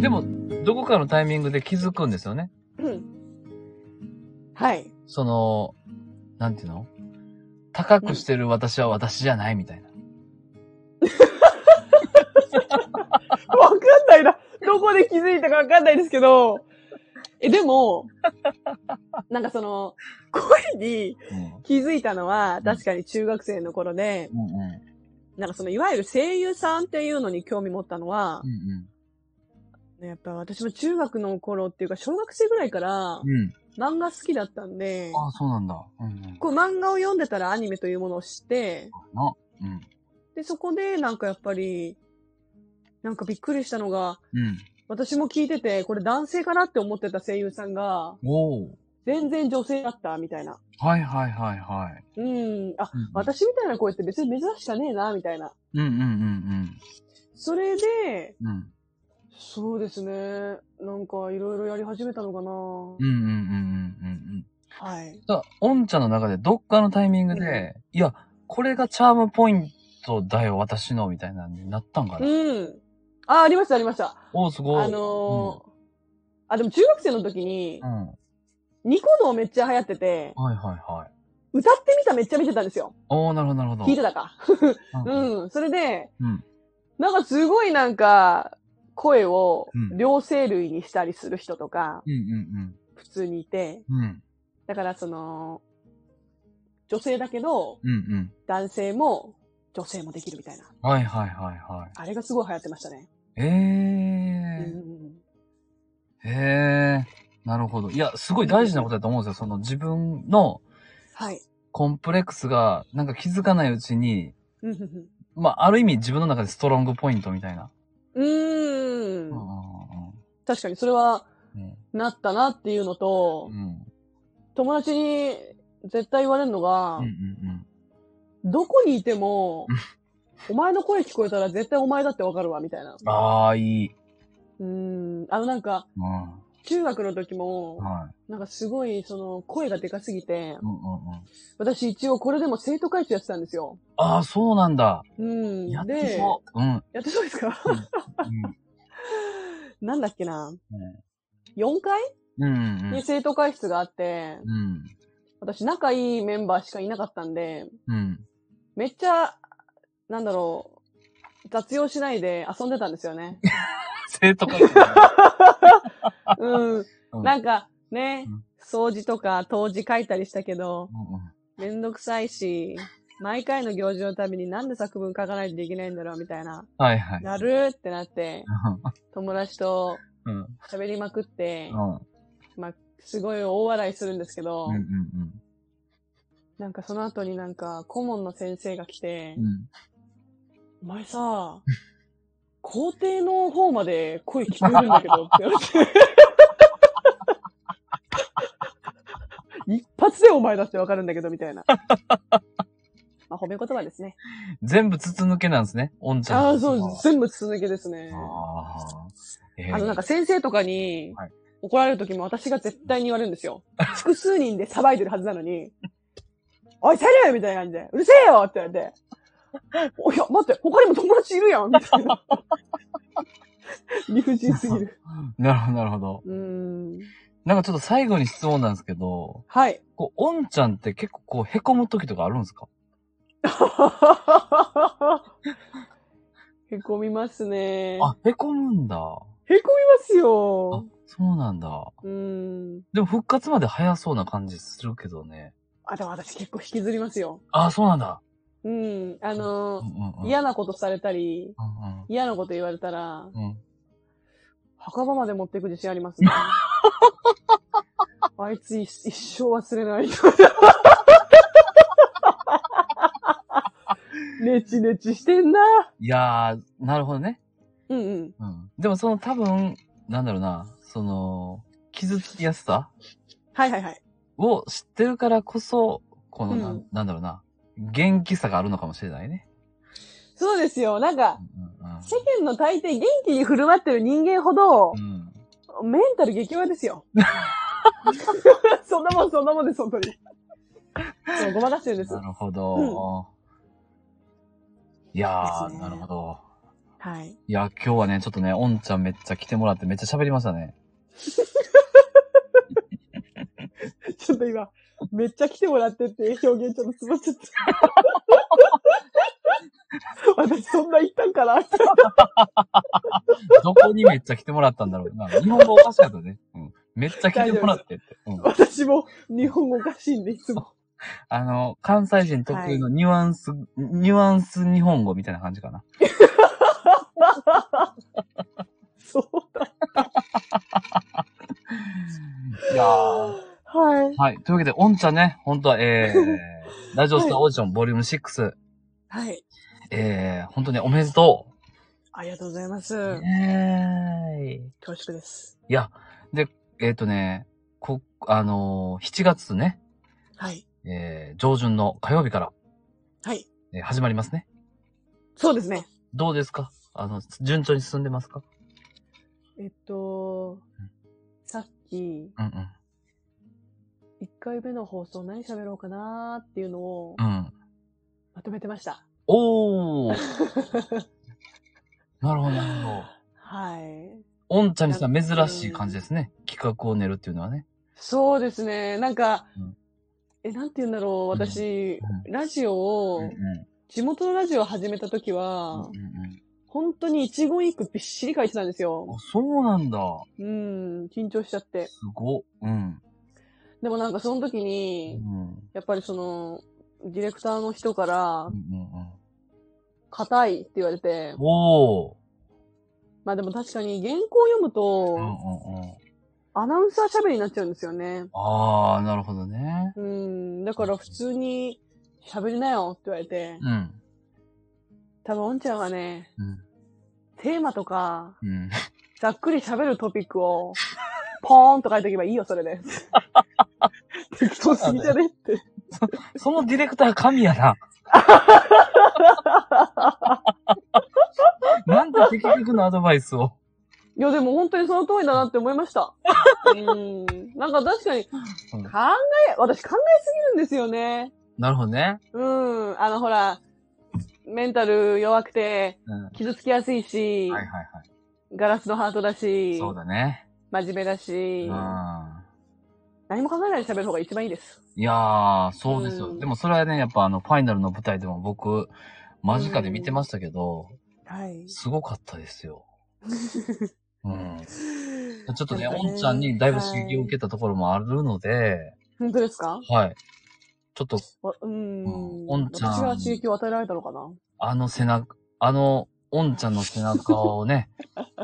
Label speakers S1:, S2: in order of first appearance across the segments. S1: でも、どこかのタイミングで気づくんですよね。
S2: うん。はい。
S1: その、なんていうの高くしてる私は私じゃないみたいな。
S2: わかんないな。どこで気づいたかわかんないですけど。え、でも、なんかその、恋に
S1: うん
S2: 気づいたのは、確かに中学生の頃で、
S1: うんう
S2: なんかその、いわゆる声優さんっていうのに興味持ったのは
S1: ん。う、ん
S2: ねやっぱ私も中学の頃っていうか、小学生ぐらいから
S1: うん。うん。
S2: 漫画好きだったんで、
S1: ああ、そうなんだ。うんうん。
S2: こう漫画を読んでたらアニメというものを知って、
S1: な。うん。
S2: で、そこでなんかやっぱり、なんかびっくりしたのが、
S1: うん。
S2: 私も聞いてて、これ男性かなって思ってた声優さんが、
S1: おお。
S2: 全然女性だった、みたいな。
S1: はいはいはいはい。
S2: うん。あ、
S1: うんうん
S2: 私みたいな声って別に珍しかねえな、みたいな。
S1: うんうんうん
S2: それで、
S1: うん。うん。
S2: そうですね。なんかいろいろやり始めたのか
S1: う。んうん
S2: な
S1: うんうんうんうん。
S2: はい。
S1: だから、おんちゃんの中でどっかのタイミングで、いや、これがチャームポイントだよ、私の、みたいなのになったんかな。
S2: うん。あ、ありました、ありました。
S1: おー、すごい。
S2: あのーあ、でも中学生の時に
S1: う、ん。は
S2: ニコ動めっちゃ流行ってて、
S1: いはいはい。
S2: 歌ってみためっちゃ見てたんですよ。
S1: おー、なるほどなるほど。
S2: 聞いてたか。
S1: う。
S2: うんん。それで、
S1: うん。
S2: なんかすごいなんか、声を
S1: うん
S2: 両声類にしたりする人とか、
S1: うんうん
S2: 普通にいて、
S1: うん。うん。
S2: だからその、女性だけど、
S1: うんうん。
S2: 男性も女性もできるみたいな。
S1: はいはいはいはい。
S2: あれがすごい流行ってましたね。
S1: え
S2: う
S1: え
S2: ん
S1: ー。ええー。なるほど。いや、すごい大事なことだと思うんですよ。その自分の
S2: はい。
S1: コンプレックスが、なんか気づかないうちに、
S2: うんうんうん
S1: まあ、ある意味自分の中でストロングポイントみたいな。
S2: う
S1: う
S2: ー
S1: んうん
S2: ん。確かにそれはなったなっていうのと
S1: うん。う、ん。
S2: 友達に絶対言われるのが
S1: うんうんう、ん。
S2: どこにいても、お前の声聞こえたら絶対お前だってわかるわ、みたいな。
S1: ああ、いい。
S2: うーん。あのなんか、
S1: うん。
S2: 中学の時も、
S1: はい。
S2: なんかすごい、その、声がでかすぎて、
S1: うんうんうん。
S2: 私一応これでも生徒会長やってたんですよ。
S1: ああ、そうなんだ。
S2: うん。
S1: やっ
S2: で
S1: てそう。うん。
S2: やってそうですか なんだっけな。4階
S1: うん。うんうん
S2: に生徒会室があって、
S1: うん。
S2: 私仲いいメンバーしかいなかったんで、
S1: うん。
S2: めっちゃ、なんだろう、雑用しないで遊んでたんですよ ね。
S1: 生徒会長。
S2: うん。
S1: うん
S2: なんか、ね
S1: うん、
S2: 掃除とか当時書いたりしたけど、
S1: うんうん
S2: めんどくさいし、毎回の行事のためになんで作文書かないといけないんだろうみたいな。
S1: はいはい。
S2: なるってなって、友達と
S1: うん。うん。
S2: 喋りまくって
S1: う、ん
S2: まあ、すごい大笑いするんですけど、
S1: うんうん
S2: なんかその後になんか、顧問の先生が来て、
S1: うん。
S2: お前さ、校庭の方まで声聞こえるんだけどって言われ て。一発でお前だってわかるんだけど、みたいな。まあ、褒め言葉ですね。
S1: 全部筒抜けなんですね。おんちゃんの。
S2: ああ、そうです、全部筒抜けですね。
S1: ああ。ええ
S2: あの、なんか先生とかに
S1: はい
S2: 怒られるときも私が絶対に言われるんですよ。複数人でさばいてるはずなのに、おい、せるみたいな感じで、うるせえよって言われて、おいや、待って、他にも友達いるやんみたい な。理不尽すぎる。
S1: なるほど、なるほど。
S2: うーん。
S1: なんかちょっと最後に質問なんですけど、
S2: はい。
S1: こう、おんちゃんって結構こう、へこむ時とかあるんですか
S2: へこみますね。へこ
S1: あ、へこむんだ。あ、
S2: みますよ。
S1: そうなんだ。
S2: うーん。
S1: でも復活まで早そうな感じするけどね。
S2: あ、でも私結構引きずりますよ。
S1: あ、そうなんだ。
S2: うん。あ
S1: う
S2: の
S1: んうんうん。
S2: 嫌なことされたり、
S1: うん
S2: 嫌なこと言われたら、
S1: うん。うん。
S2: 墓場まで持っていく自信ありま すね。あいつい一生忘れ ない。ネチネチしてんな。
S1: いやー、なるほどね。
S2: うんうん。
S1: うん。でもその多分、なんだろうな、その、傷つきやすさ
S2: はいはいはい。
S1: を知ってるからこそ、このな、
S2: うんん、
S1: なんだろうな、元気さがあるのかもしれないね。
S2: そうですよ。なんか
S1: う、
S2: 世
S1: ん
S2: 間の大抵元気に振る舞ってる人間ほど
S1: うんう、ん。うん。
S2: メンタル激弱で すよ。そんなもんそんなもんです、本当に。そうごまかしてるんです。
S1: な
S2: は
S1: るほど。いやー、
S2: ですね
S1: なるほど。
S2: はい。
S1: いや、今日はね、ちょっとね、おんちゃんめっちゃ来てもらってめっちゃ喋りましたね。
S2: ちょっと今、めっちゃ来てもらってっていう表現ちょっとつまっちゃった。私そんな言ったんかなって
S1: どこにめっちゃ来てもらったんだろうな。日本語おかしかったね。うん。めっちゃ来てもらってって。うん。
S2: 私も日本語おかしいんで、いつも。
S1: あの、関西人特有のニュアンス、ニュアンス日本語みたいな感じかな。
S2: そうだ。
S1: いやー。
S2: はい。
S1: はい。というわけで、おんちゃんね、本当は、え ー、ラジオスターオーディションボリューム6、
S2: はい。
S1: えー、本当におめでと
S2: ありがとうございます。
S1: う。えー
S2: 恐縮です。
S1: いや、で、えっ、とね、こ、あのー7月ね、
S2: はい。
S1: えー、上旬の火曜日から、
S2: はい。
S1: えー始まりますね。
S2: そうですね。
S1: どうですかあの、順調に進んでますか
S2: えっと、さっき、
S1: うんうん。
S2: 1回目の放送何喋ろうかなーっていうのを
S1: うん。
S2: まとめてました。
S1: おーなるほど、なるほど。
S2: はい。
S1: おんちゃんにさ、珍しい感じですね。企画を練るっていうのはね。
S2: そうですね。なんか、
S1: うん
S2: え、なんて言うんだろう。私、
S1: う
S2: ラジオ
S1: うん
S2: を
S1: う、ん
S2: 地元のラジオを始めた時
S1: うん
S2: は
S1: う、ん
S2: 本当に一言一句びっしり書いてたんです
S1: うん。
S2: よ。
S1: あ、そうなんだ。
S2: うん、緊張しちゃって。
S1: すごっ。うん。
S2: でもなんかその時
S1: うん。
S2: に、
S1: うん
S2: やっぱりその、ディレクターの人から
S1: うんう、ん。
S2: 硬いって言われて、
S1: おー。
S2: まあでも確かに原稿
S1: う
S2: 読む
S1: んうん
S2: と、
S1: うん。
S2: アナウンサー喋りになっちゃうんですよね。
S1: あー、なるほどね。
S2: うん、だから普通に喋りなよって言われて、
S1: うん。
S2: 多分おんちゃんはね、
S1: うん
S2: テーマとか、
S1: うん。
S2: ざっくり喋るトピックを、ポーンと書いとけばいいよ、そ れで。適当すぎじゃねって。
S1: そのディレクター神や な。なんで的確なアドバイスを。
S2: いや、でも本当にその通りだなって思いました。うん。なんか確かに、考
S1: うん
S2: え、私考えすぎるんですよね。
S1: なるほどね。
S2: うん。あの、ほら、メンタル弱くて、
S1: うん。は
S2: 傷つきやすい
S1: い
S2: し、
S1: はいは
S2: ガラスのハートだ
S1: い。
S2: し、
S1: そうだね。
S2: 真面目だ
S1: う
S2: し、
S1: ん。
S2: 何も考えないで喋る方が一番いいです。
S1: いやー、そうですよ。
S2: うん
S1: でもそれはね、やっぱあの、ファイナルの舞台でも僕、間近で見てましたけど、
S2: はい。
S1: すごかったです よ。うん。ちょっとね、
S2: やぱ
S1: おんちゃんにだいぶ刺激を受けたところもあるので、
S2: 本当ですか
S1: はい。ちょっと、
S2: わうーん
S1: うん。おんちゃん
S2: 私が刺激を与えられたのかな
S1: あの背中、あの、おんちゃんの背中を ね、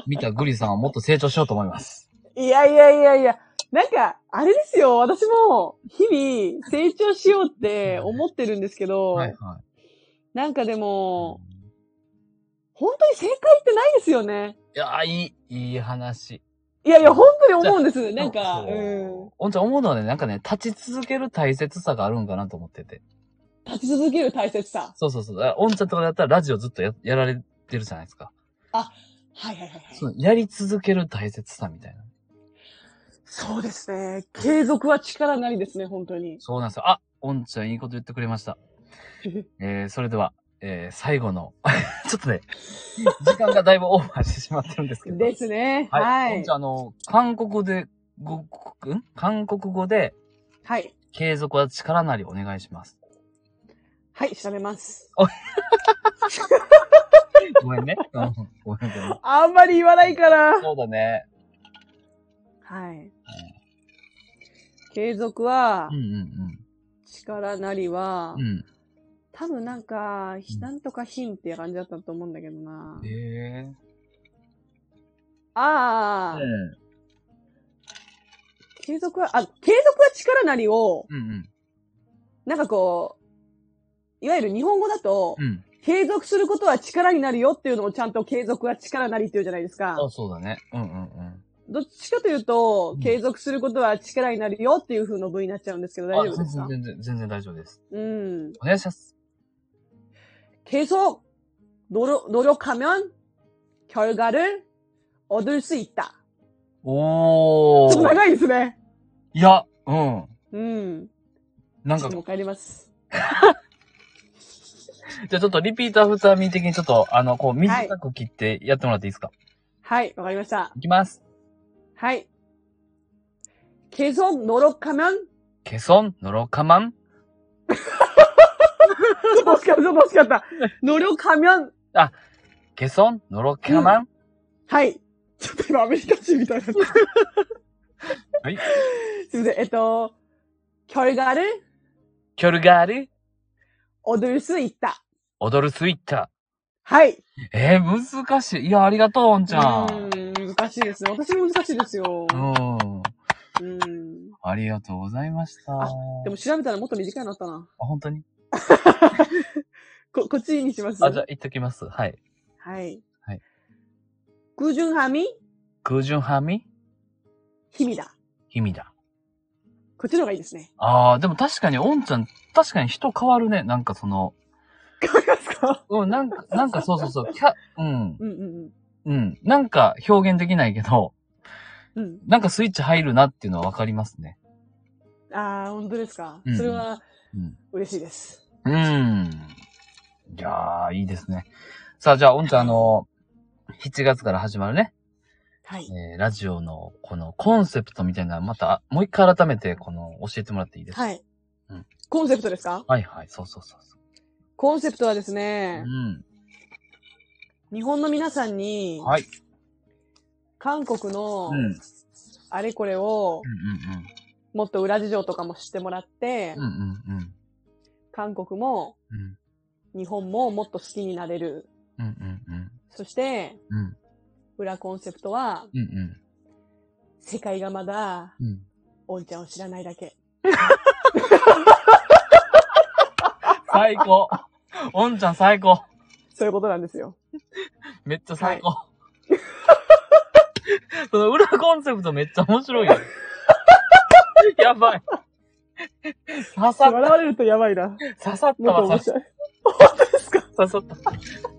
S1: 見たグリさんはもっと成長しようと思います。
S2: いやいやいやいや。なんか、あれですよ。私も、日々、成長しようって思ってるんですけど、
S1: はいは
S2: なんかで
S1: い。
S2: も、本当に正解ってないですよね。
S1: いやー、いい、いい話。
S2: いやいや、本当に思うんです。なんか、。
S1: そううんおんちゃん思うのはね、なんかね、立ち続ける大切さがあるんかなと思ってて。
S2: 立ち続ける大切さ。
S1: そうそうそう。あおんちゃんとかだったらラジオずっとややられてるじゃないですか。
S2: はいはいはいはい。
S1: そのやり続ける大切さみたいな。
S2: そうですね。継続は力なりですね、本当に。
S1: そうなんですよ。あ、おんちゃんいいこと言ってくれま した。えー、それでは、えー、最後の、 ちょっとね、時間がだいぶオーバーしてしまってるんですけど。
S2: ですね。は
S1: はい。
S2: い
S1: じゃ。あの、韓国で、ご、ん韓国語で、
S2: はい。
S1: 継続は力なりお願いし ます。
S2: はい、調べます。
S1: ごめんね。うんごめんごめん。
S2: あんまり言わないから。
S1: そうだね。
S2: はい。継続は
S1: うん、うん
S2: 力なりは
S1: うん。う、ん。
S2: 多分なんか、ひ
S1: うん
S2: なんとかひんっていう感じだったと思うんだけどな。
S1: ええ
S2: あ
S1: う
S2: あ、
S1: ん
S2: 継続は、あ、継続は力なりを、
S1: うん。
S2: なんかこう、いわゆる日本語だと
S1: う、ん。
S2: 継続することは力になるよっていうのをちゃんと継続は力なりっていうじゃないです
S1: あ、
S2: か。
S1: そうだね。うんうんうん。
S2: どっちかというと
S1: うん、
S2: 継続することは力になるよっていう風の部になっちゃうんですけど、大丈夫です
S1: あ
S2: か
S1: 全然、全然、全然大丈夫です。
S2: うん。
S1: お願いします。
S2: 계속 노력, 노력하면 결과를 얻을 수 있다.
S1: お
S2: ちょっと
S1: ー。
S2: 長いですね。
S1: いや、うん。
S2: うん。
S1: なん
S2: ちょ
S1: か
S2: っと、もう帰ります。
S1: じゃあちょっとリピートアフターミー的にちょっと、あの、こう、短く切ってやってもらっていいですか、
S2: はい、わかりました。
S1: い、きます。
S2: はい。계속노력하면、
S1: ケソン、ノロカマン。
S2: 惜しかった、惜しか った。노력하면、
S1: ケソン、ノロカマン。
S2: はい。ちょっと今アメリカ人みたいになっ た。
S1: はい。
S2: すいません。えっと、결과를
S1: キョルガール、
S2: 얻을수있다。
S1: 踊るスイッタ
S2: はい。
S1: ー。えー、難しい。いや、ありがとう、おんちゃん。
S2: うーん難しいですね。私も難しいですよ。
S1: うん。
S2: うん。
S1: ありがとうございました。
S2: あでも調べたらもっと短いのあった
S1: あ
S2: な。
S1: 本当に
S2: こ、こっちにします。
S1: あ、じゃあ、言っときます。はい。
S2: はい。
S1: はい。
S2: 구중함이
S1: 空順ハミ、
S2: 힘이다。
S1: ヒミだ。
S2: こっちの方がいいですね。
S1: あー、でも確かに、おんちゃん、確かに人変わるね。なんかその、
S2: わかりますか
S1: うん、なんか、なんかそうそうそう、キャ、うん、
S2: うんうん
S1: うん。なんか表現できないけど、
S2: うん。う
S1: なんかスイッチ入るなっていうのはわかりますね。
S2: ん。ああ、本当ですか
S1: うん。
S2: それは
S1: うん。
S2: 嬉しいです。
S1: うーん。いやー、いいですね。さあ、じゃあ、おんちゃん、あの、7月から始まるね、
S2: はい。
S1: えーラジオの、この、コンセプトみたいな、また、もう一回改めて、この、教えてもらっていいですか
S2: はい
S1: うん。
S2: コンセプトですか
S1: はいはい、そうそうそうそう。
S2: コンセプトはですね、
S1: う
S2: 日本の皆さんに
S1: ん。、はい。
S2: 韓国の
S1: うん。うんうん
S2: あれこれを、もっと裏事情とかも知ってもらって
S1: うん。う、んうんうん。
S2: 韓国も
S1: うん
S2: 日本ももっと好きになれる。
S1: うんうん
S2: そして、
S1: うん。うん
S2: 裏コンセプトは、
S1: うんうん
S2: 世界がまだ、
S1: うん。
S2: おんちゃんを知らないだけ。
S1: 最高。 おんちゃん最高。
S2: そういうことなんですよ。
S1: めっちゃ最高。 その裏コンセプトめっちゃ面白い よ。やばい。刺さっ
S2: 笑われるとやばいな。
S1: た、刺さった
S2: もっ
S1: わ、
S2: と面
S1: 刺さ
S2: 白い。
S1: 刺さった。